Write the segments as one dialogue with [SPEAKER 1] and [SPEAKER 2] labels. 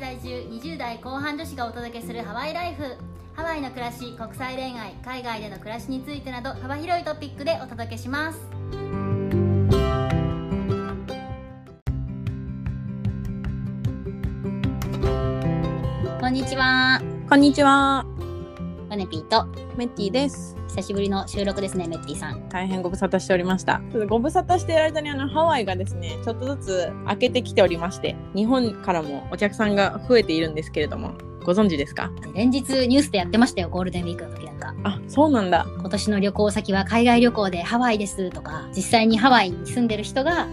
[SPEAKER 1] 20代後半女子がお届けするハワイライフハワイの暮らし国際恋愛海外での暮らしについてなど幅広いトピックでお届けしますこんにちは
[SPEAKER 2] こんにちは、
[SPEAKER 1] ヨネピーと
[SPEAKER 2] メッティです。
[SPEAKER 1] 久しぶりの収録ですねメッティさん
[SPEAKER 2] 大変ご無沙汰しておりました。ちょっとご無沙汰している間にあのハワイがですね、ちょっとずつ開けてきておりまして、日本からもお客さんが増えているんですけれども、ご存知ですか
[SPEAKER 1] 連日ニュースでやってましたよゴールデンウィークの時なんか
[SPEAKER 2] あ、そうなんだ。
[SPEAKER 1] 今年の旅行先は海外旅行でハワイですとか実際にハワイに住んでる人が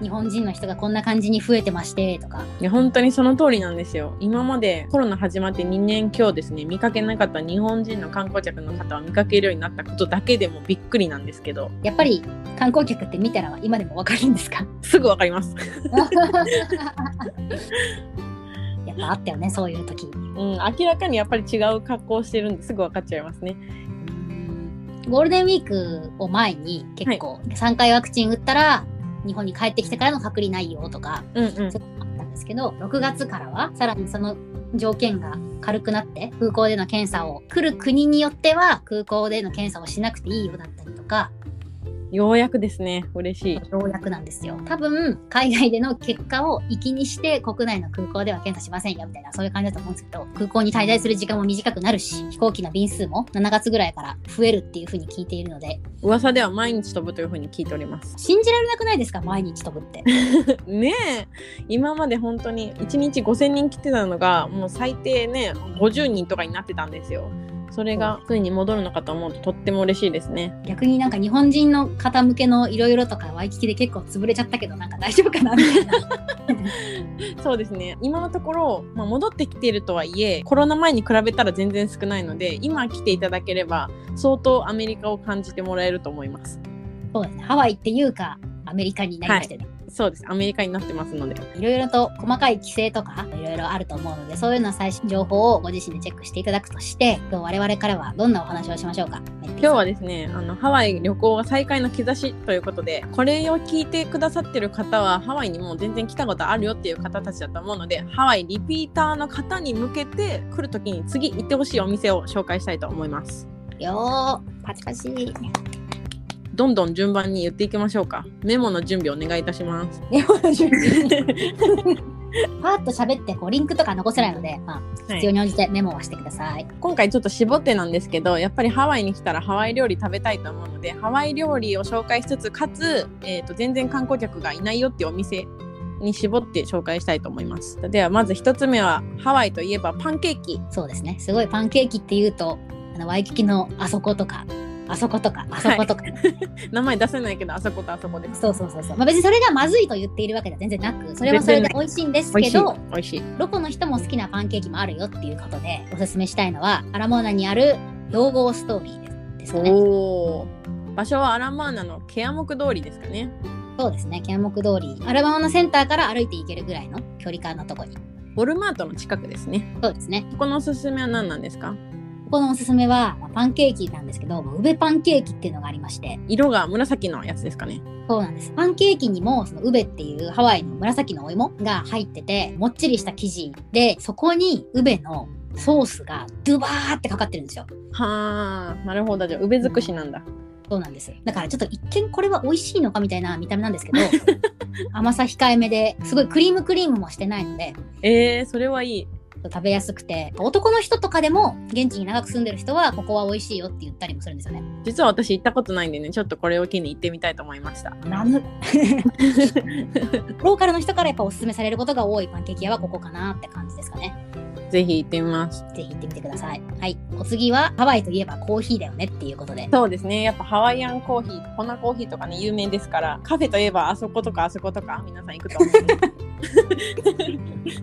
[SPEAKER 1] 日本人の人がこんな感じに増えてましてとか
[SPEAKER 2] いや、本当にその通りなんですよ。今までコロナ始まって2年強ですね、見かけなかった日本人の観光客の方を見かけるようになったことだけでもびっくりなんですけど、
[SPEAKER 1] やっぱり観光客って見たら今でもわかるんですか
[SPEAKER 2] すぐわかります。
[SPEAKER 1] やっぱあったよねそういう時
[SPEAKER 2] うん、明らかにやっぱり違う格好をしてるんですぐわかっちゃいますね。
[SPEAKER 1] ゴールデンウィークを前に結構3回ワクチン打ったら日本に帰ってきてからの隔離内容とか
[SPEAKER 2] うんうん
[SPEAKER 1] そ。ういうのがあったんですけど6月からはさらにその条件が軽くなって空港での検査を来る国によっては空港での検査をしなくていいよだったりとか
[SPEAKER 2] ようやくですね、嬉しい。
[SPEAKER 1] ようやくなんですよ多分海外での結果を行きにして国内の空港では検査しませんよみたいなそういう感じだと思うんですけど空港に滞在する時間も短くなるし飛行機の便数も7月ぐらいから増えるっていうふうに聞いているので
[SPEAKER 2] 噂では毎日飛ぶというふうに聞いております
[SPEAKER 1] 信じられなくないですか毎日飛ぶって。
[SPEAKER 2] ねえ今まで本当に1日5,000人来てたのがもう最低ね50人とかになってたんですよそれがついに戻るのかと思うととっても嬉しいですね
[SPEAKER 1] 逆になんか日本人の方向けのいろいろとかワイキキで結構潰れちゃったけどなんか大丈夫かなみたいな。
[SPEAKER 2] そうですね今のところ、まあ、戻ってきているとはいえコロナ前に比べたら全然少ないので今来ていただければ相当アメリカを感じてもらえると思います
[SPEAKER 1] そうですね。ハワイっていうか、アメリカになりましてね。
[SPEAKER 2] そうですアメリカになってますので
[SPEAKER 1] いろいろと細かい規制とかいろいろあると思うのでそういうのは最新情報をご自身でチェックしていただくとして今日我々からはどんなお話をしましょうか
[SPEAKER 2] 今日はですねあのハワイ旅行が再開の兆しということでこれを聞いてくださってる方はハワイにもう全然来たことあるよっていう方たちだと思うのでハワイリピーターの方に向けて来る時に次行ってほしいお店を紹介したいと思います
[SPEAKER 1] よーパチパチ
[SPEAKER 2] どんどん順番に言っていきましょうかメモの準備お願いいたします
[SPEAKER 1] パーッと喋ってこうリンクとか残せないので、まあ、必要に応じてメモをしてください、
[SPEAKER 2] 今回ちょっと絞ってなんですけどやっぱりハワイに来たらハワイ料理食べたいと思うのでハワイ料理を紹介しつつかつ、えー、と全然観光客がいないよっていうお店に絞って紹介したいと思いますではまず一つ目はハワイといえばパンケーキ
[SPEAKER 1] そうですねすごいパンケーキっていうとあのワイキキのあそことかあそことかあそことか、
[SPEAKER 2] 名前出せないけどあそことあそこです
[SPEAKER 1] そうそうそうそう、まあ、別にそれがまずいと言っているわけでは全然なくそれはそれで美味しいんです
[SPEAKER 2] 美
[SPEAKER 1] け
[SPEAKER 2] 味しい
[SPEAKER 1] ど
[SPEAKER 2] 美味しい
[SPEAKER 1] ロコの人も好きなパンケーキもあるよっていうことでおすすめしたいのはアラモーナにある道後ストーリーですですかね
[SPEAKER 2] おー場所はアラマーナのケアモク通りですかね
[SPEAKER 1] そうですねケアモク通りアラモーナセンターから歩いていけるぐらいの距離感のとこに
[SPEAKER 2] ウォルマートの近くですね
[SPEAKER 1] そうですね
[SPEAKER 2] ここのおすすめは何なんですか
[SPEAKER 1] ここのおすすめはまあパンケーキなんですけど宇部パンケーキっていうのがありまして
[SPEAKER 2] 色が紫のやつですかね
[SPEAKER 1] そうなんですパンケーキにもその宇部っていうハワイの紫のお芋が入っててもっちりした生地でそこに宇部のソースがドゥバーってかかってるんですよ
[SPEAKER 2] はあなるほどじゃあ梅尽くしなんだ
[SPEAKER 1] そうなんです。だからちょっと一見これは美味しいのかみたいな見た目なんですけ ど、甘さ控えめですごいクリームクリームもしてないので、
[SPEAKER 2] えー、それはいい。
[SPEAKER 1] 食べやすくて、男の人とかでも現地に長く住んでる人はここは美味しいよって言ったりもするんですよね。
[SPEAKER 2] 実は私行ったことないんでね、ちょっとこれを機に行ってみたいと思いました。
[SPEAKER 1] ラ ム。ローカルの人からやっぱおすすめされることが多いパンケーキ屋はここかなって感じですかね。
[SPEAKER 2] ぜひ行ってみます。
[SPEAKER 1] ぜひ行ってみてください。はい。お次はハワイといえばコーヒーだよねっていうことで、
[SPEAKER 2] そうですね。やっぱハワイアンコーヒー、粉コーヒーとかね、有名ですから、カフェといえばあそことかあそことか、皆さん行くと思うんで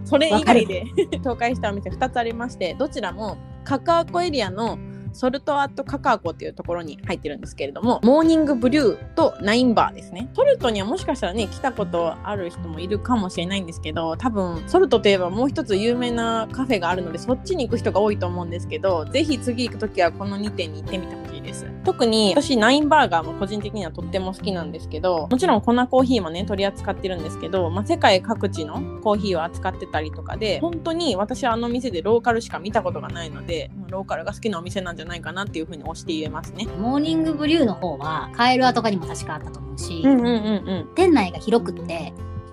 [SPEAKER 2] それ以外で紹介したお店2つありまして、どちらもカカアコエリアのソルトアットカカアコっていうところに入ってるんですけれどもモーニングブリューとナインバーですねソルトにはもしかしたらね来たことある人もいるかもしれないんですけど多分ソルトといえばもう一つ有名なカフェがあるのでそっちに行く人が多いと思うんですけどぜひ次行く時はこの2点に行ってみてほしいです特に私ナインバーガーも個人的にはとっても好きなんですけどもちろん粉コーヒーもね取り扱ってるんですけど、まあ、世界各地のコーヒーを扱ってたりとかで本当に私はあの店でローカルしか見たことがないのでローカルが好きなお店なんじゃないかなっていうふうに推して言えますね
[SPEAKER 1] モーニングブリューの方はカエルアとかにも確かあったと思うし、
[SPEAKER 2] うんうんうんうん
[SPEAKER 1] 店内が広くって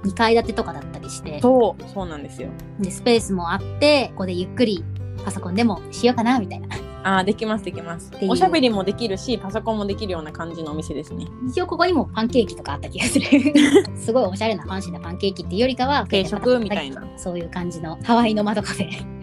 [SPEAKER 1] 2階建てとかだったりして
[SPEAKER 2] そうそうなんですよ
[SPEAKER 1] でスペースもあってここでゆっくりパソコンでもしようかなみたいな
[SPEAKER 2] あーできますできます
[SPEAKER 1] ていう
[SPEAKER 2] おしゃべりもできるしパソコンもできるような感じのお店ですね
[SPEAKER 1] 一応ここにもパンケーキとかあった気が するすごいおしゃれなファンシーなパンケーキっていうよりかは
[SPEAKER 2] 軽食みたいな
[SPEAKER 1] そういう感じのハワイの窓カフェ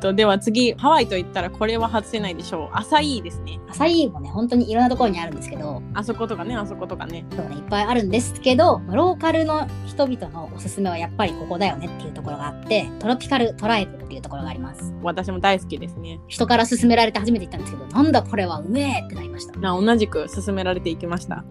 [SPEAKER 2] とでは次ハワイと言ったらこれは外せないでしょうアサイーですね
[SPEAKER 1] アサイーもね本当にいろんなところにあるんですけど
[SPEAKER 2] あそことかねあそことかね
[SPEAKER 1] そうねいっぱいあるんですけどローカルの人々のおすすめはやっぱりここだよねっていうところがあってトロピカルトライブっていうところがあります
[SPEAKER 2] 私も大好きですね
[SPEAKER 1] 人から勧められて初めて行ったんですけどなんだこれはうめえってなり ました
[SPEAKER 2] な同じく勧められていきました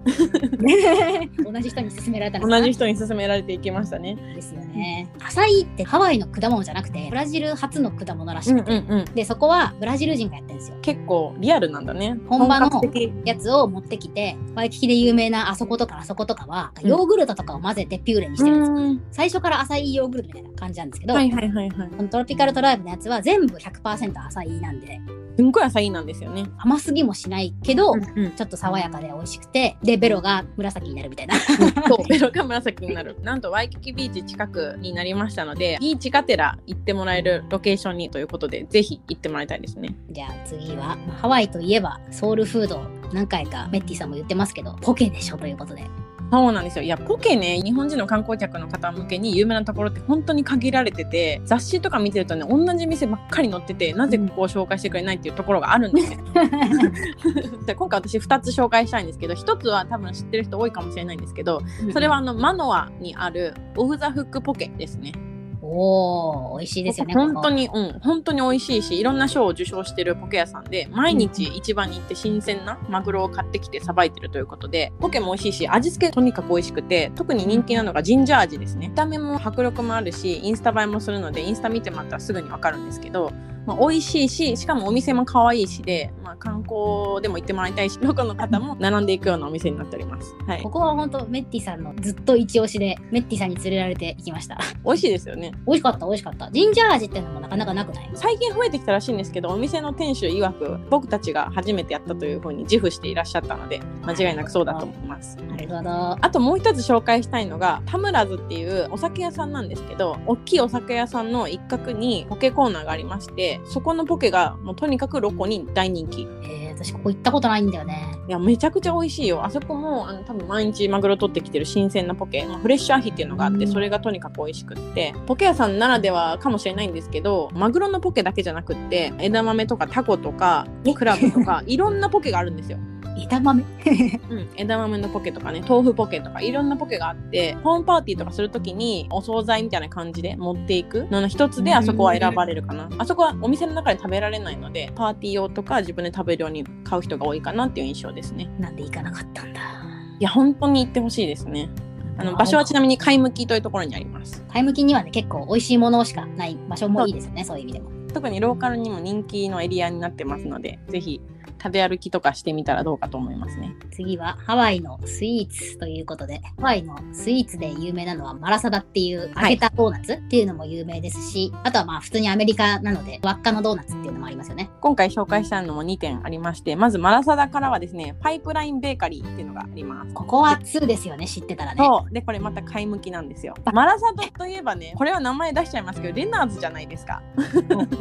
[SPEAKER 1] 同じ人に勧められたのかな
[SPEAKER 2] 同じ人に勧められていきましたね
[SPEAKER 1] ですよね。アサイってハワイの果物じゃなくてブラジル初の果物らしくて、
[SPEAKER 2] うん
[SPEAKER 1] でそこはブラジル人がやってるんですよ。
[SPEAKER 2] 結構リアルなんだね
[SPEAKER 1] 本場の
[SPEAKER 2] 本格的
[SPEAKER 1] やつを持ってきてワイキキで有名なあそことかあそことかは
[SPEAKER 2] うん
[SPEAKER 1] ヨーグルトとかを混ぜてピューレにしてるんですよ。
[SPEAKER 2] うん
[SPEAKER 1] 最初からアサイヨーグルトみたいな感じなんですけど、
[SPEAKER 2] はいはいはいはい
[SPEAKER 1] このトロピカルトライブのやつは全部100%アサイなんで
[SPEAKER 2] すんごいアサイーなんですよね
[SPEAKER 1] 甘すぎもしないけど、
[SPEAKER 2] うんうん
[SPEAKER 1] ちょっと爽やかで美味しくてでベロが紫になるみたいな
[SPEAKER 2] そう、ベロが紫になる。 なんとワイキキビーチ近くになりましたので、ビーチがてら行ってもらえるロケーションにということで、ぜひ行ってもらいたいですね。
[SPEAKER 1] じゃあ次はハワイといえばソウルフード何回かメッティさんも言ってますけどポケでしょということで
[SPEAKER 2] そうなんですよ。いや、ポケね、日本人の観光客の方向けに有名なところって本当に限られてて、雑誌とか見てるとね、同じ店ばっかり載ってて、なぜここを紹介してくれないっていうところがあるんですよ。で今回私2つ紹介したいんですけど、1つは多分知ってる人多いかもしれないんですけど、 それはあの、マノアにあるオフザフックポケですね。
[SPEAKER 1] おお、美味しいですよね。
[SPEAKER 2] 本当
[SPEAKER 1] に。
[SPEAKER 2] に、うん、本当に美味しいし、いろんな賞を受賞してるポケ屋さんで、毎日市場に行って新鮮なマグロを買ってきてさばいてるということで、ポケも美味しいし、味付けとにかく美味しくて、特に人気なのがジンジャー味ですね。見た目も迫力もあるし、インスタ映えもするので、インスタ見てもらったらすぐにわかるんですけど、まあ、美味しいし、しかもお店も可愛いしで、まあ、観光でも行ってもらいたいし、ロコの方も並んでいくようなお店になっております。はい
[SPEAKER 1] こ。こは本当メッティさんのずっと一押しで、メッティさんに連れられて行きました。
[SPEAKER 2] 美味しいですよね。
[SPEAKER 1] 美味しかった、美味しかった。ジンジャー味ってのもなかなかなくない
[SPEAKER 2] 最近増えてきたらしいんですけどお店の店主曰く僕たちが初めてやったというふうに自負していらっしゃったので間違いなくそうだと思います。
[SPEAKER 1] なるほど。
[SPEAKER 2] あともう一つ紹介したいのがタムラズっていうお酒屋さんなんですけど大きいお酒屋さんの一角にポケコーナーがありましてそこのポケがもうとにかくロコに大人気い
[SPEAKER 1] えー、私ここ行ったことないんだよね。
[SPEAKER 2] やめちゃくちゃ美味しいよあそこもあの多分毎日マグロ取ってきてる新鮮なポケ、まあフレッシュアヒっていうのがあってそれがとにかく美味しくってポケ屋さんならではかもしれないんですけどマグロのポケだけじゃなくって枝豆とかタコとか
[SPEAKER 1] え
[SPEAKER 2] クラブとか いろんなポケがあるんですよ、
[SPEAKER 1] 枝豆。
[SPEAKER 2] うん、枝豆のポケとかね豆腐ポケとかいろんなポケがあってホームパーティーとかするときにお惣菜みたいな感じで持っていくのの一つであそこは選ばれるかなあそこはお店の中で食べられないのでパーティー用とか自分で食べるように買う人が多いかなっていう印象ですね
[SPEAKER 1] なんで行かなかったんだ。
[SPEAKER 2] いや本当に行ってほしいですねあの場所はちなみに買い向きというところにあります
[SPEAKER 1] 買い向きにはね、結構美味しいものしかない場所もいいですよね、そういう意味でも。
[SPEAKER 2] 特にローカルにも人気のエリアになってますのでぜひ食べ歩きとかしてみたらどうかと思いますね
[SPEAKER 1] 次はハワイのスイーツということで、ハワイのスイーツで有名なのはマラサダっていう
[SPEAKER 2] は
[SPEAKER 1] 揚
[SPEAKER 2] い
[SPEAKER 1] げたドーナツっていうのも有名ですし、あとはまあ普通にアメリカなので輪っかのドーナツっていうのもありますよね。
[SPEAKER 2] 今回紹介したのも2点ありましてまずマラサダからはですねパイプラインベーカリーっていうのがあります
[SPEAKER 1] ここは2ですよね、知ってたらね。
[SPEAKER 2] そうでこれまた買い向きなんですよマラサダといえばねこれは名前出しちゃいますけどレナーズじゃないですか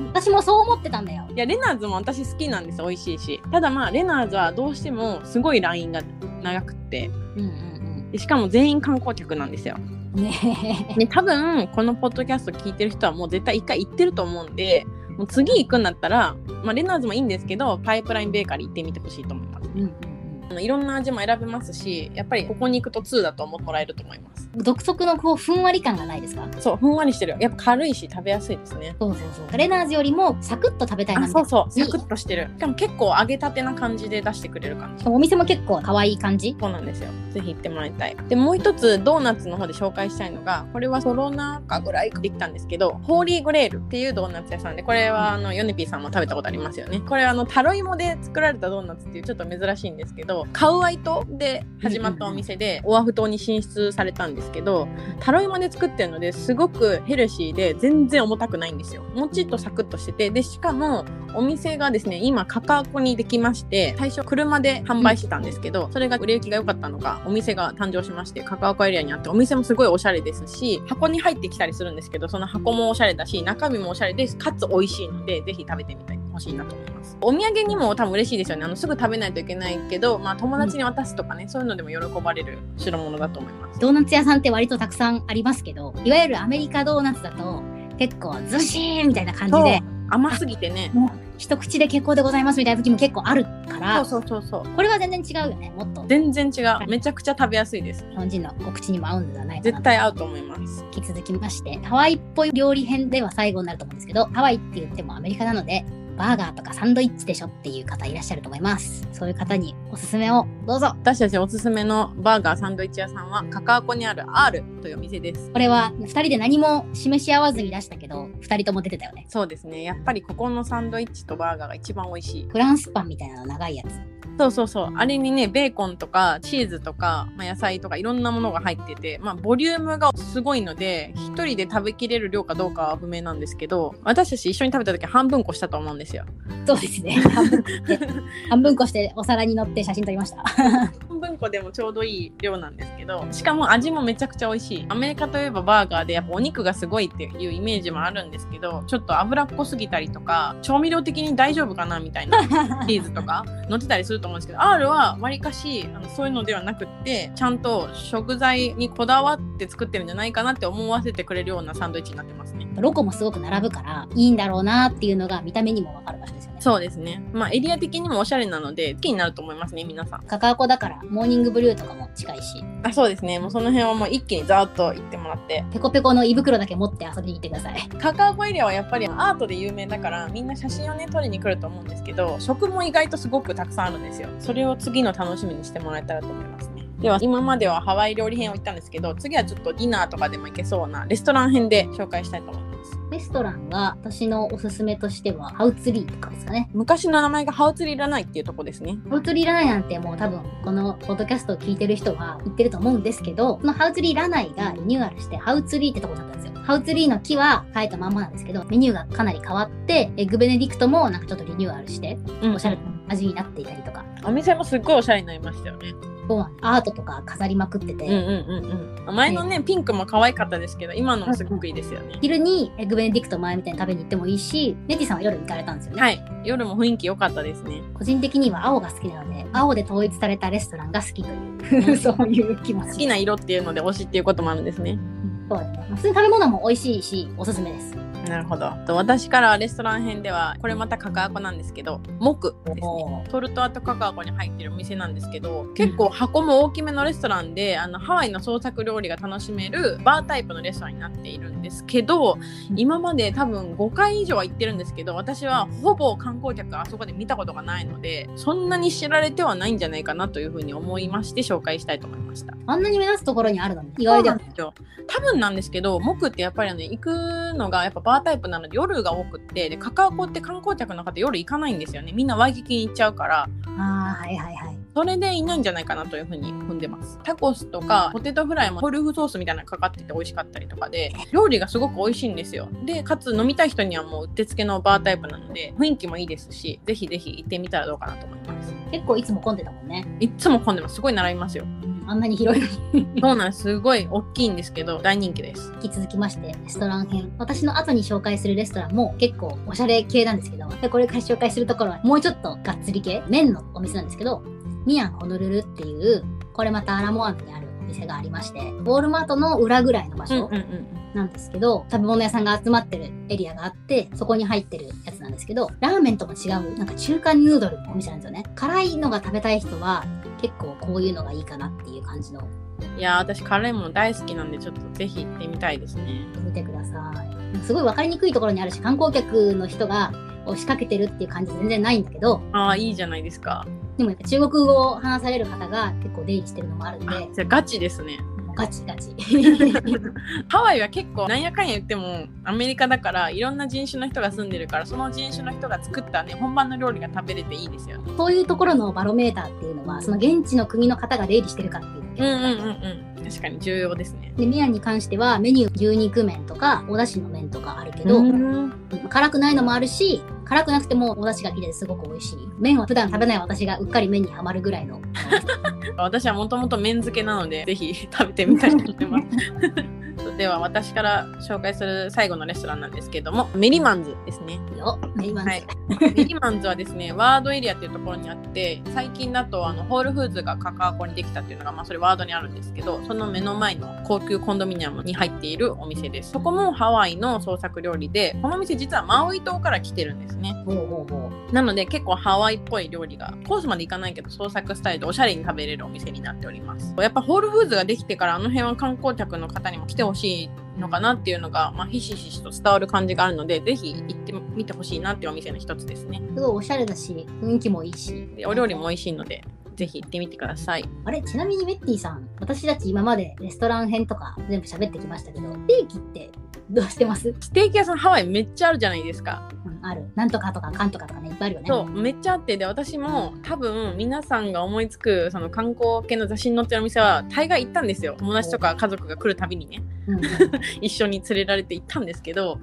[SPEAKER 1] 私もそう思ってたんだよ。
[SPEAKER 2] いやレナーズも私好きなんです美味しいしただまあレナーズはどうしてもすごいラインが長くって
[SPEAKER 1] うんうん
[SPEAKER 2] でしかも全員観光客なんですよ
[SPEAKER 1] うん。ね
[SPEAKER 2] ね、多分このポッドキャスト聞いてる人はもう絶対一回行ってると思うんでもう次行くんだったら、まあ、レナーズもいいんですけどパイプラインベーカリー行ってみてほしいと思います
[SPEAKER 1] え。うんうんうん
[SPEAKER 2] あのいろんな味も選べますしやっぱりここに行くと2だと思ってもらえると思います
[SPEAKER 1] 独特のこうふんわり感がないですか
[SPEAKER 2] そうふんわりしてるやっぱ軽いし食べやすいですね
[SPEAKER 1] そうそうそうトレーナーズよりもサクッと食べたいな
[SPEAKER 2] あ
[SPEAKER 1] みた
[SPEAKER 2] そ
[SPEAKER 1] いうな
[SPEAKER 2] そう
[SPEAKER 1] い
[SPEAKER 2] サクッとしてるしかも結構揚げたてな感じで出してくれる感じ
[SPEAKER 1] しかもお店も結構可愛い感じ
[SPEAKER 2] そうなんですよぜひ行ってもらいたいでもう一つドーナツの方で紹介したいのがこれはコロナ禍ぐらいできたんですけどホーリーグレールっていうドーナツ屋さんでこれはあのヨネピーさんも食べたことありますよねこれはあのタロイモで作られたドーナツっていうちょっと珍しいんですけどカウアイ島で始まったお店でオアフ島に進出されたんですけどタロイモで作ってるのですごくヘルシーで全然重たくないんですよもちっとサクッとしててでしかもお店がですね今カカアコにできまして最初車で販売してたんですけどそれが売れ行きが良かったのかお店が誕生しましてカカアコエリアにあってお店もすごいおしゃれですし箱に入ってきたりするんですけどその箱もおしゃれだし中身もおしゃれですかつ美味しいのでぜひ食べてみてほしいなと思いますお土産にも多分嬉しいですよねあのすぐ食べないといけないけど、まあ、友達に渡すとかね、そういうのでも喜ばれる代物だと思います
[SPEAKER 1] ドーナツ屋さんって割とたくさんありますけどいわゆるアメリカドーナツだと結構ずしーンみたいな感じで
[SPEAKER 2] 甘すぎてね
[SPEAKER 1] もう一口で結構でございますみたいな時も結構あるから
[SPEAKER 2] そうそうそうそう
[SPEAKER 1] これは全然違うよねもっと
[SPEAKER 2] 全然違うめちゃくちゃ食べやすいです
[SPEAKER 1] 日本人のお口にも合うんではないかな
[SPEAKER 2] 絶
[SPEAKER 1] と
[SPEAKER 2] 対合うと思います
[SPEAKER 1] 引き続きましてハワイっぽい料理編では最後になると思うんですけどハワイって言ってもアメリカなのでバーガーとかサンドイッチでしょっていう方いらっしゃると思いますそういう方におすすめをどうぞ
[SPEAKER 2] 私たちおすすめのバーガーサンドイッチ屋さんはカカアコにある R というお店です
[SPEAKER 1] これは2人で何も示し合わずに出したけど2人とも出てたよね
[SPEAKER 2] そうですねやっぱりここのサンドイッチとバーガーが一番美味しい
[SPEAKER 1] フランスパンみたいなの長いやつ
[SPEAKER 2] そうそうそうあれにねベーコンとかチーズとか、まあ、野菜とかいろんなものが入っててまあボリュームがすごいので一人で食べきれる量かどうかは不明なんですけど私たち一緒に食べた時半分こしたと思うんですよ
[SPEAKER 1] そうですね半分で半分こしてお皿に乗って写真撮りました
[SPEAKER 2] 半分個でもちょうどいい量なんですけどしかも味もめちゃくちゃ美味しいアメリカといえばバーガーでやっぱお肉がすごいっていうイメージもあるんですけどちょっと脂っこすぎたりとか調味料的に大丈夫かなみたいな チーズとか乗ってたりすると思うんですけど R はわりかしあのそういうのではなくってちゃんと食材にこだわって作ってるんじゃないかなって思わせてくれるようなサンドイッチになってますね
[SPEAKER 1] ロコもすごく並ぶからいいんだろうなっていうのが見た目にも分かる場所ですよね
[SPEAKER 2] そうですねまあエリア的にもおしゃれなので好きになると思いますね皆さん
[SPEAKER 1] カカアコだからモーニングブルーとかも近いし
[SPEAKER 2] あそうですねもうその辺はもう一気にザーッと行ってもらって
[SPEAKER 1] ペコペコの胃袋だけ持って遊びに行ってください
[SPEAKER 2] カカアコエリアはやっぱりアートで有名だからみんな写真をね撮りに来ると思うんですけど食も意外とすごくたくさんあるんですよそれを次の楽しみにしてもらえたらと思いますねでは今まではハワイ料理編を行ったんですけど次はちょっとディナーとかでも行けそうなレストラン編で紹介したいと思います
[SPEAKER 1] レストランは私のおすすめとしてはハウツリーとかですかね。
[SPEAKER 2] 昔の名前がハウツリラナイっていうとこですね
[SPEAKER 1] ハウツリーラナイなんてもう多分このポッドキャストを聞いてる人は言ってると思うんですけど、このハウツリーラナイがリニューアルしてハウツリーってとこだったんですよ。ハウツリーの木は生えたまんまなんですけど、メニューがかなり変わって、エッグベネディクトもなんかちょっとリニューアルして
[SPEAKER 2] うん
[SPEAKER 1] おしゃれな味になっていたりとか、
[SPEAKER 2] お店もすっごいおしゃれになりましたよね
[SPEAKER 1] そうなんアートとか飾りまくってて、
[SPEAKER 2] うんうんうんうん前のねピンクも可愛かったですけど今のもすごくいいですよね
[SPEAKER 1] 昼にエッグベネディクト前みたいに食べに行ってもいいし、ネティさんは夜行かれたんですよね。
[SPEAKER 2] はい夜も雰囲気良かったですね
[SPEAKER 1] 個人的には青が好きなので青で統一されたレストランが好きという そういう気持
[SPEAKER 2] 好
[SPEAKER 1] ち
[SPEAKER 2] きな色っていうので推しっていうこともあるんですね
[SPEAKER 1] そうですね普通に食べ物も美味しいしおすすめです
[SPEAKER 2] なるほど。と私からレストラン編ではこれまたカカアコなんですけど、モクですね。
[SPEAKER 1] おー
[SPEAKER 2] トルトアとカカアコに入ってるお店なんですけど、結構箱も大きめのレストランで、あのハワイの創作料理が楽しめるバータイプのレストランになっているんですけど、今まで多分5回以上は行ってるんですけど、私はほぼ観光客あそこで見たことがないので、そんなに知られてはないんじゃないかなというふうに思いまして紹介したいと思いました。
[SPEAKER 1] あんなに目立つところにあるのに意外だよ
[SPEAKER 2] なん
[SPEAKER 1] ね
[SPEAKER 2] ですよ多分なんですけど木ってやっぱりね行くのがやっぱバータイプなので夜が多くってでカカアコって観光客の方夜行かないんですよねみんなワイキキに行っちゃうから
[SPEAKER 1] ああはいはいはい
[SPEAKER 2] それでいないんじゃないかなというふうに踏んでますタコスとかポテトフライもトリュフソースみたいなのかかってて美味しかったりとかで料理がすごく美味しいんですよでかつ飲みたい人にはもううってつけのバータイプなので雰囲気もいいですしぜひぜひ行ってみたらどうかなと思います
[SPEAKER 1] 結構いつも混んでたもんね、
[SPEAKER 2] いっつも混んでますすごい並びますよ
[SPEAKER 1] うんあんなに広いのに
[SPEAKER 2] そうなんですすごい大きいんですけど大人気です
[SPEAKER 1] 引き続きましてレストラン編私の後に紹介するレストランも結構おしゃれ系なんですけどでこれから紹介するところはもうちょっとがっつり系麺のお店なんですけどミアンホノルルっていうこれまたアラモアナにあるお店がありましてウォールマートの裏ぐらいの場所、
[SPEAKER 2] ん
[SPEAKER 1] なんですけど、食べ物屋さんが集まってるエリアがあって、そこに入ってるやつなんですけど、ラーメンとも違う、なんか中華ヌードルのお店なんですよね。辛いのが食べたい人は、結構こういうのがいいかなっていう感じの
[SPEAKER 2] いやー私辛いもの大好きなんでちょっとぜひ行ってみたいですね
[SPEAKER 1] 見てくださいすごい分かりにくいところにあるし観光客の人が押しかけてるっていう感じ全然ないんだけど
[SPEAKER 2] ああいいじゃないですか
[SPEAKER 1] でもやっぱ中国語を話される方が結構出入りしてるのもあるんで
[SPEAKER 2] あじゃあガチですね
[SPEAKER 1] もうガチガチ
[SPEAKER 2] ハワイは結構なんやかんや言ってもアメリカだからいろんな人種の人が住んでるからその人種の人が作ったね本番の料理が食べれていいですよね
[SPEAKER 1] そういうところのバロメーターっていうのはその現地の国の方が出入りしてるかっていうの
[SPEAKER 2] うん
[SPEAKER 1] が
[SPEAKER 2] うんうんうん確かに重要ですね
[SPEAKER 1] で宮に関してはメニュー牛肉麺とかお出汁の麺とかあるけど、
[SPEAKER 2] うん
[SPEAKER 1] 辛くないのもあるし辛くなくてもお出汁が切れてすごく美味しい麺は普段食べない私がうっかり麺にはまるぐらいの
[SPEAKER 2] 私はもともと麺漬けなのでぜひ食べてみたいと思います では私から紹介する最後のレストランなんですけどもメリマンズですね
[SPEAKER 1] よメリマンズ
[SPEAKER 2] はいメリマンズはですね、ワードエリアっていうところにあって、最近だとあのホールフーズがカカアコにできたっていうのが、まあそれワードにあるんですけど、その目の前の高級コンドミニアムに入っているお店です。そこもハワイの創作料理で、このお店実はマウイ島から来てるんですね。
[SPEAKER 1] ほうほうほ
[SPEAKER 2] なので結構ハワイっぽい料理が、コースまで行かないけど創作スタイルでおしゃれに食べれるお店になっております。やっぱホールフーズができてからあの辺は観光客の方にも来てほしいのかなっていうのが、まあ、ひしひしと伝わる感じがあるので、ぜひ行ってみてほしいなっていうお店の一つですね。
[SPEAKER 1] うすごいおしゃれだし雰囲気もいいし
[SPEAKER 2] でお料理も美味しいので、ぜひ行ってみてください。
[SPEAKER 1] あれちなみにメッティさん私たち今までレストラン編とか全部喋ってきましたけどステーキってどうしてます、
[SPEAKER 2] ステーキ屋さんハワイめっちゃあるじゃないですか。
[SPEAKER 1] うん、あるなんとかとかかんとかとかねいっぱいあるよね
[SPEAKER 2] そう、めっちゃあって、で、私も多分皆さんが思いつく、その観光系の雑誌に載ってるお店は大概行ったんですよ。友達とか家族が来るたびにね、
[SPEAKER 1] うんうん
[SPEAKER 2] 一緒に連れられて行ったんですけど、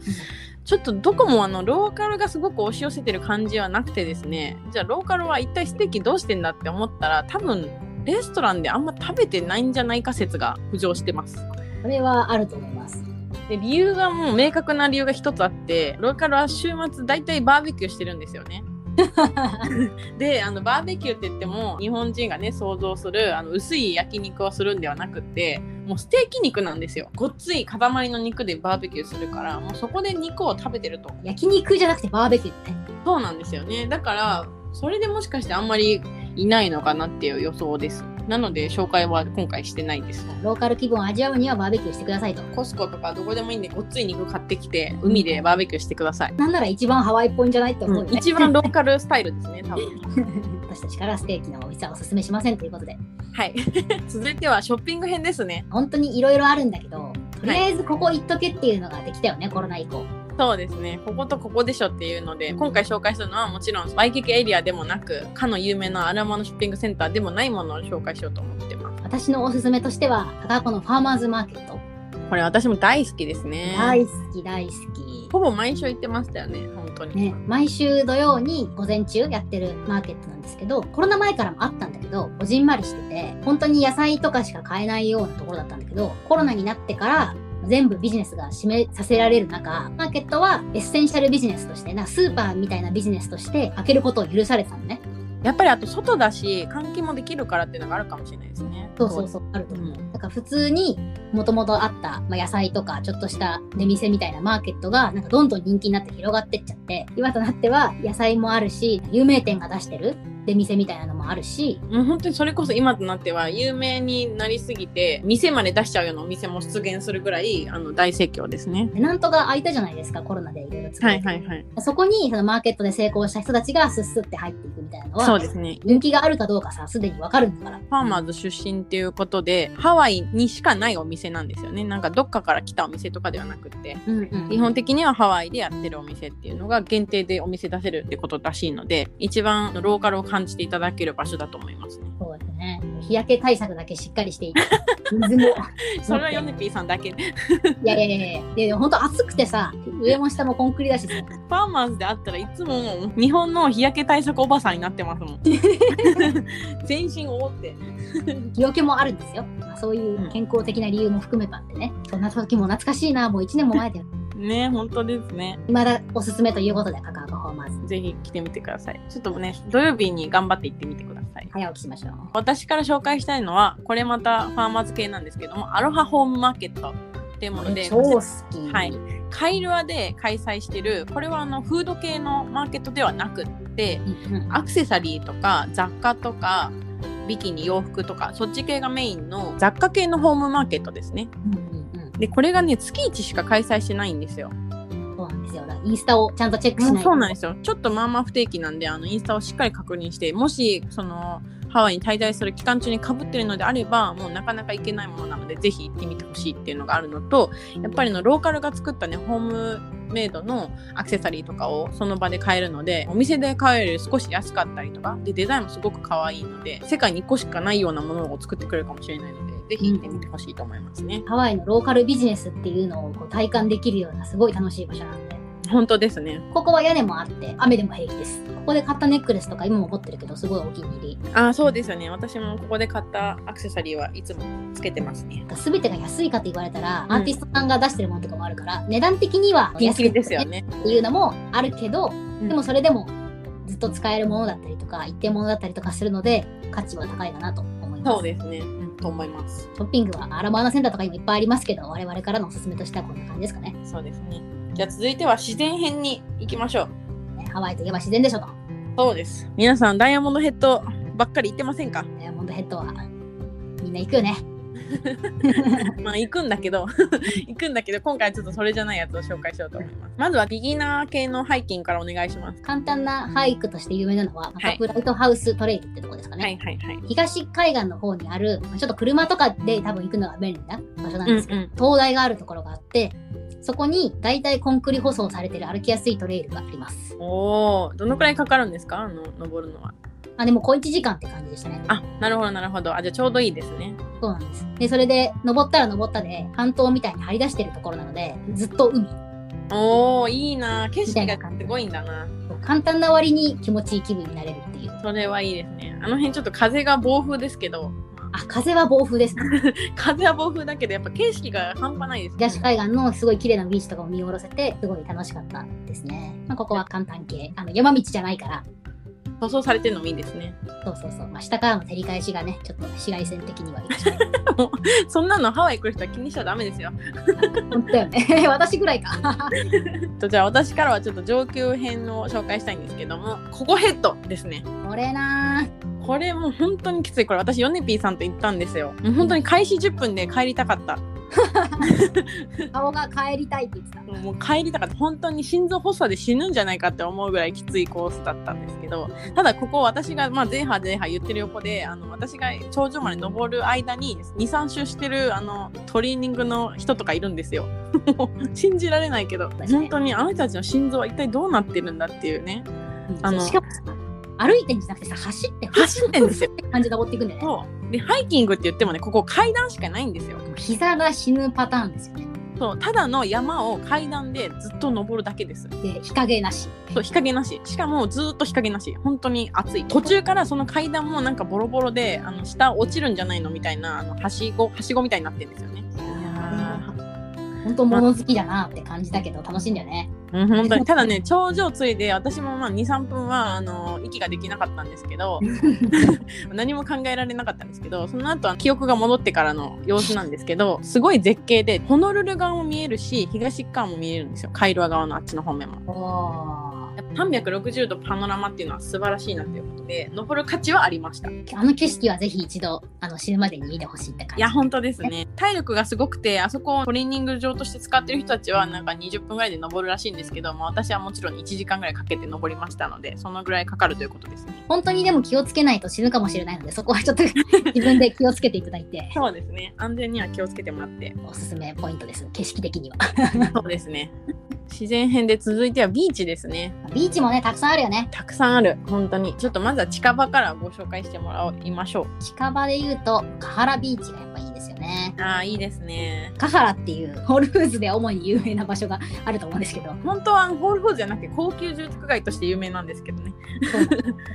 [SPEAKER 2] ちょっとどこもあの、ローカルがすごく押し寄せてる感じはなくてですね、じゃあローカルは一体ステーキどうしてんだって思ったら、多分、レストランであんま食べてないんじゃないか説が浮上してます。
[SPEAKER 1] これはあると思います
[SPEAKER 2] で理由がもう明確な理由が一つあってローカルは週末大体バーベキューしてるんですよね。であのバーベキューって言っても日本人がね想像するあの薄い焼肉をするんではなくってもうステーキ肉なんですよごっつい塊の肉でバーベキューするからもうそこで肉を食べてると
[SPEAKER 1] 焼肉じゃなくてバーベキューってね
[SPEAKER 2] そうなんですよねだからそれでもしかしてあんまりいないのかなっていう予想ですなので紹介は今回してないです
[SPEAKER 1] ローカル気分を味わうにはバーベキューしてくださいと
[SPEAKER 2] コスコとかどこでもいいんでごっつい肉買ってきて海でバーベキューしてください
[SPEAKER 1] なんなら一番ハワイっぽいんじゃないって思うよね、
[SPEAKER 2] 一番ローカルスタイルですね、多分。
[SPEAKER 1] 私たちからステーキのお店はおすすめしませんということで
[SPEAKER 2] はい。続いてはショッピング編ですね。
[SPEAKER 1] 本当にいろいろあるんだけどとりあえずここ行っとけっていうのができたよね、コロナ以降
[SPEAKER 2] そうですね。こことここでしょっていうので、今回紹介するのはもちろんワイキキエリアでもなく、かの有名なアラモアのショッピングセンターでもないものを紹介しようと思ってます。
[SPEAKER 1] 私のおすすめとしてはカカアコのファーマーズマーケット、
[SPEAKER 2] これ私も大好きですね。
[SPEAKER 1] 大好き大好き
[SPEAKER 2] ほぼ毎週行ってましたよね、本当に。
[SPEAKER 1] ね、毎週土曜に午前中やってるマーケットなんですけどコロナ前からもあったんだけどこじんまりしてて本当に野菜とかしか買えないようなところだったんだけどコロナになってから全部ビジネスが締めさせられる中マーケットはエッセンシャルビジネスとしてなんかスーパーみたいなビジネスとして開けることを許されてたのね
[SPEAKER 2] やっぱりあと外だし、換気もできるからっていうのがあるかもしれないですね。
[SPEAKER 1] そうそうそうあると思うだから普通にもともとあった、まあ、野菜とかちょっとした出店みたいなマーケットがなんかどんどん人気になって広がってっちゃって今となっては野菜もあるし有名店が出してる出店みたいなのもあるし
[SPEAKER 2] もう本当にそれこそ今となっては有名になりすぎて店まで出しちゃうようなお店も出現するぐらいあの大盛況ですね。
[SPEAKER 1] でなんとか空いたじゃないですかコロナでいろいろ作
[SPEAKER 2] は
[SPEAKER 1] れ
[SPEAKER 2] い
[SPEAKER 1] て、
[SPEAKER 2] はいはい。
[SPEAKER 1] そこにそのマーケットで成功した人たちがスッスって入っていくみたいなの
[SPEAKER 2] そう
[SPEAKER 1] は
[SPEAKER 2] ですね。
[SPEAKER 1] 人気があるかどうかさすでにわかるんだから
[SPEAKER 2] ファーマーズ出身っていうことで、ハワイにしかないお店なんですよね。なんかどっかから来たお店とかではなくって、
[SPEAKER 1] うんうん
[SPEAKER 2] 基本的にはハワイでやってるお店っていうのが限定でお店出せるってことらしいので、一番ローカルを感じていただける場所だと思いますね。
[SPEAKER 1] そうですね日焼け対策だけしっかりしていて水も
[SPEAKER 2] それはヨネピーさんだけ。フ
[SPEAKER 1] いやいやいやいやいや本当暑くてさ上も下もコンクリだしさ
[SPEAKER 2] ァーマーズであったらいつも日本の日焼け対策おばさんになっ てますもん。全身覆って。
[SPEAKER 1] 日よけもあるんですよ、まあ、そういう健康的な理由も含めたんでねそんな時も懐かしいなもう1年も前だよ
[SPEAKER 2] ね、本当ですね。
[SPEAKER 1] まだおすすめということでカカアパフォーマンス
[SPEAKER 2] ぜひ来てみてください。ちょっとね、土曜日に頑張って行ってみてください。
[SPEAKER 1] 早起きしましょう
[SPEAKER 2] 私から紹介したいのはこれまたファーマーズ系なんですけどもアロハホームマーケットっていうもので
[SPEAKER 1] 超好き
[SPEAKER 2] はいカイルアで開催してるこれはあのフード系のマーケットではなくって
[SPEAKER 1] うんうん
[SPEAKER 2] アクセサリーとか雑貨とかビキニ洋服とかそっち系がメインの雑貨系のホームマーケットですね
[SPEAKER 1] うんうんうん。
[SPEAKER 2] でこれがね月1しか開催してないんですよ
[SPEAKER 1] そうなんですよ。だからインスタをちゃんとチェックし
[SPEAKER 2] もう
[SPEAKER 1] ない。
[SPEAKER 2] そうなんですすよちょっとまあまあ不定期なんであのインスタをしっかり確認してもしそのハワイに滞在する期間中にかぶってるのであればもうなかなか行けないものなのでぜひ行ってみてほしいっていうのがあるのとやっぱりのローカルが作ったねホームメイドのアクセサリーとかをその場で買えるのでお店で買えるより少し安かったりとかでデザインもすごく可愛いので世界に1個しかないようなものを作ってくれるかもしれないのでぜひ行ってみてほしいと思いますね。
[SPEAKER 1] ハワイのローカルビジネスっていうのをこう体感できるようなすごい楽しい場所なんで。
[SPEAKER 2] 本当ですね
[SPEAKER 1] ここは屋根もあって雨でも平気です。ここで買ったネックレスとか今も持ってるけどすごいお気に入り。
[SPEAKER 2] あーそうですよね私もここで買ったアクセサリーはいつもつけてますね。
[SPEAKER 1] 全てが安いかと言われたら、
[SPEAKER 2] ん
[SPEAKER 1] アーティストさんが出してるものとかもあるから値段的には
[SPEAKER 2] 人
[SPEAKER 1] 安
[SPEAKER 2] 気
[SPEAKER 1] い
[SPEAKER 2] ですよね。
[SPEAKER 1] っていうのもあるけど、で
[SPEAKER 2] で
[SPEAKER 1] も
[SPEAKER 2] も
[SPEAKER 1] それでもずっと使えるものだったりとか一定ものだったりとかするので価値は高いかなと思います
[SPEAKER 2] そうですね。うんと思います。
[SPEAKER 1] ショッピングはアラモアナセンターとかにもいっぱいありますけど我々からのおすすめとしてはこんな感じですかね
[SPEAKER 2] そうですね。じゃあ続いては自然編に行きましょう。
[SPEAKER 1] ねハワイといえば自然でしょと
[SPEAKER 2] そうです。皆さんダイヤモンドヘッドばっかり行ってませんか？
[SPEAKER 1] ダイヤモンドヘッドはみんな行くよね
[SPEAKER 2] まあ行くんだけど 行くんだけど今回はちょっとそれじゃないやつを紹介しようと思います。まずはビギナー系のハイキングからお願いします。
[SPEAKER 1] 簡単なハイクとして有名なのはマカプライトハウストレイルってとこですかね、
[SPEAKER 2] はいはいはい。
[SPEAKER 1] 東海岸の方にある、まあちょっと車とかで多分行くのが便利な場所なん
[SPEAKER 2] うんう
[SPEAKER 1] ですけど、
[SPEAKER 2] ん。
[SPEAKER 1] 灯台があるところがあって、そこに大体コンクリ舗装されてる歩きやすいトレイルがあります。
[SPEAKER 2] おおどのくらいかかるんですか？あの登るのは。
[SPEAKER 1] あ、でも小1時間って感じでしたね。
[SPEAKER 2] あなるほどなるほど。あじゃあちょうどいいですね。
[SPEAKER 1] そうなんです。で、それで登ったら登ったで、半島みたいに張り出してるところなので、ずっと海。
[SPEAKER 2] おおいいな景色がすごいんだな。
[SPEAKER 1] 簡単な割に気持ちいい気分になれるっていう。
[SPEAKER 2] それはいいですね。あの辺ちょっと風が暴風ですけど、
[SPEAKER 1] あ、風は暴風です ね。
[SPEAKER 2] 風は暴風だけどやっぱ景色が半端ないですね
[SPEAKER 1] 東海岸のすごい綺麗なビーチとかも見下ろせて、すごい楽しかったですね。まあ、ここは簡単系。あの、山道じゃないから、
[SPEAKER 2] 塗装されてるのもいいですね
[SPEAKER 1] そうそうそう。まあ、下からの照り返しがね、ちょっと紫外線的にはいいかも しれない
[SPEAKER 2] そんなのハワイ来る人は気にしちゃダメですよ
[SPEAKER 1] 本当よね。 私ぐらいか。
[SPEAKER 2] とじゃあ私からはちょっと上級編を紹介したいんですけどもココヘッドですね
[SPEAKER 1] これなぁ。
[SPEAKER 2] これもう本当にきついこれ私ヨネピーさんと行ったんですよもう本当に開始10分で帰りたかった
[SPEAKER 1] 顔が帰りたいって言ってた。
[SPEAKER 2] もう帰りたかった本当に心臓発作で死ぬんじゃないかって思うぐらいきついコースだったんですけどただここ私がまあ前波前波言ってる横であの私が頂上まで登る間に23周してるあのトレーニングの人とかいるんですよ。 もう信じられないけど
[SPEAKER 1] 確かに
[SPEAKER 2] 本当にあの人たちの心臓は一体どうなってるんだっていうねあの
[SPEAKER 1] しかもさ、歩いてんじゃなくてさ、走って、
[SPEAKER 2] 走ってんですよ。
[SPEAKER 1] って感じで登っていくんだよね。
[SPEAKER 2] そうでハイキングって言ってもねここ階段しかないんですよ
[SPEAKER 1] もう膝が死ぬパターンですよね。
[SPEAKER 2] そうただの山を階段でずっと登るだけです
[SPEAKER 1] で、日陰なし。
[SPEAKER 2] そう日陰なししかもずーっと日陰なし本当に暑い途中からその階段もなんかボロボロであの下落ちるんじゃないのみたいなあのはしごはしごみたいになってるんですよね。
[SPEAKER 1] 本当物好きだなって感じだけど、楽しいんだよね。
[SPEAKER 2] うん、本当にただね頂上ついで私もまあ23分はあの息ができなかったんですけど 何も考えられなかったんですけどその後は記憶が戻ってからの様子なんですけどすごい絶景でホノルル側も見えるし東側も見えるんですよカイロア側のあっちの方面も。
[SPEAKER 1] おー
[SPEAKER 2] やっぱ360度パノラマっていうのは素晴らしいなっていうことで登る価値はありました。
[SPEAKER 1] あの景色はぜひ一度あの死ぬまでに見てほしいって感
[SPEAKER 2] い
[SPEAKER 1] じ
[SPEAKER 2] や。本当ですね体力がすごくてあそこをトレーニング場として使ってる人たちはなんか20分ぐらいで登るらしいんですけど、まあ、私はもちろん1時間ぐらいかけて登りましたのでそのぐらいかかるということですね
[SPEAKER 1] 本当にでも気をつけないと死ぬかもしれないので、そこはちょっ と自分で気をつけていただいて、
[SPEAKER 2] そうですね安全には気をつけてもらって
[SPEAKER 1] おすすめポイントです。景色的には。
[SPEAKER 2] そうですね自然編で続いてはビーチですね
[SPEAKER 1] ビーチもね、たくさんあるよね。
[SPEAKER 2] たくさんある本当にちょっとまずは近場からご紹介してもらいましょう
[SPEAKER 1] 近場で言うとカハラビーチがやっぱいいですよね
[SPEAKER 2] ああいいですね
[SPEAKER 1] カハラっていうホールフーズで主に有名な場所があると思うんですけど
[SPEAKER 2] 本当はホールフーズじゃなくて高級住宅街として有名なんですけどね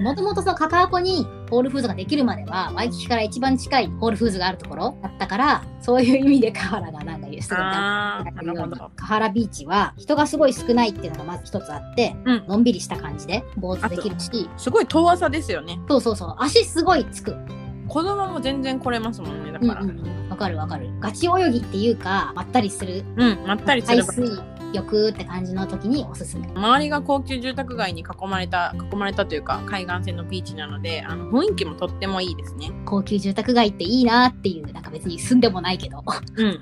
[SPEAKER 1] もともとそのカカアコにホールフーズができるまではワイキキから一番近いホールフーズがあるところだったからそういう意味でカハラがなんかすごいな
[SPEAKER 2] ああなるほど
[SPEAKER 1] カハラビーチは人がすごい少ないっていうのがまず一つあって
[SPEAKER 2] うん
[SPEAKER 1] のんびりした感じでぼーっとできるし
[SPEAKER 2] すごい遠浅ですよね
[SPEAKER 1] そうそうそう足すごいつく
[SPEAKER 2] 子供も全然来れますもんねだ
[SPEAKER 1] うん
[SPEAKER 2] か
[SPEAKER 1] う
[SPEAKER 2] ら、
[SPEAKER 1] んうんわかるわかるガチ泳ぎっていうかまったりする
[SPEAKER 2] うん、まったりす
[SPEAKER 1] 海
[SPEAKER 2] れば
[SPEAKER 1] 水欲って感じの時におすすめ。
[SPEAKER 2] 周りが高級住宅街に囲まれた囲まれたというか海岸線のビーチなのであの雰囲気もとってもいいですね。
[SPEAKER 1] 高級住宅街っていいなっていう、なんか別に住んでもないけど。
[SPEAKER 2] うん、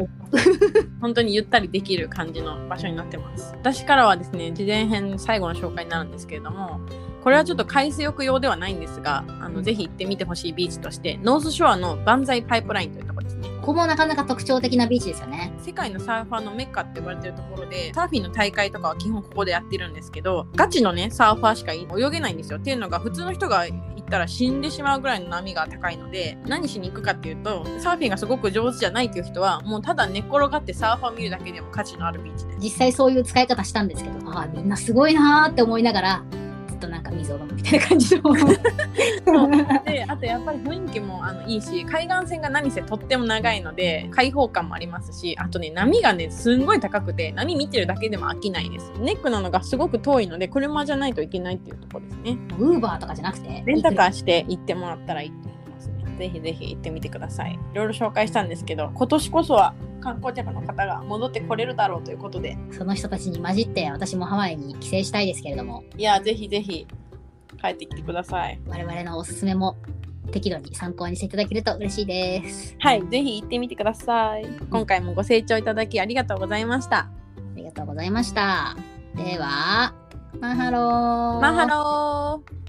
[SPEAKER 2] 本当にゆったりできる感じの場所になってます私からはですね事前編最後の紹介になるんですけれどもこれはちょっと海水浴用ではないんですがあのぜひ行ってみてほしいビーチとしてノースショアの万歳パイプラインというところですね
[SPEAKER 1] ここもなかなか特徴的なビーチですよね。
[SPEAKER 2] 世界のサーファーのメッカって呼ばれてるところでサーフィンの大会とかは基本ここでやってるんですけどガチのねサーファーしか泳げないんですよっていうのが普通の人が行ったら死んでしまうぐらいの波が高いので何しに行くかっていうとサーフィンがすごく上手じゃないっていう人はもうただ寝っ転がってサーファー見るだけでも価値のあるビー チです
[SPEAKER 1] 実際そういう使い方したんですけど、ああ、みんなすごいなーって思いながら、ずっとなんか水を飲むみたいな感じ の。
[SPEAKER 2] であとやっぱり雰囲気もあのいいし海岸線が何せとっても長いので開放感もありますしあとね波がねすんごい高くて波見てるだけでも飽きないですネックなのがすごく遠いので車じゃないといけないっていうところですね
[SPEAKER 1] ウーバーとかじゃなくて、
[SPEAKER 2] レンタカーして行ってもらったらいいと思いますねぜひぜひ行ってみてくださいいろいろ紹介したんですけど今年こそは観光客の方が戻ってこれるだろうということで
[SPEAKER 1] その人たちに混じって私もハワイに帰省したいですけれども、
[SPEAKER 2] いやぜひぜひ帰ってきてください
[SPEAKER 1] 我々のおすすめも適度に参考にしていただけると嬉しいです。
[SPEAKER 2] はい、ぜひ行ってみてください。今回もご清聴いただきありがとうございました。
[SPEAKER 1] ありがとうございました。では、マハロー。
[SPEAKER 2] マハロー。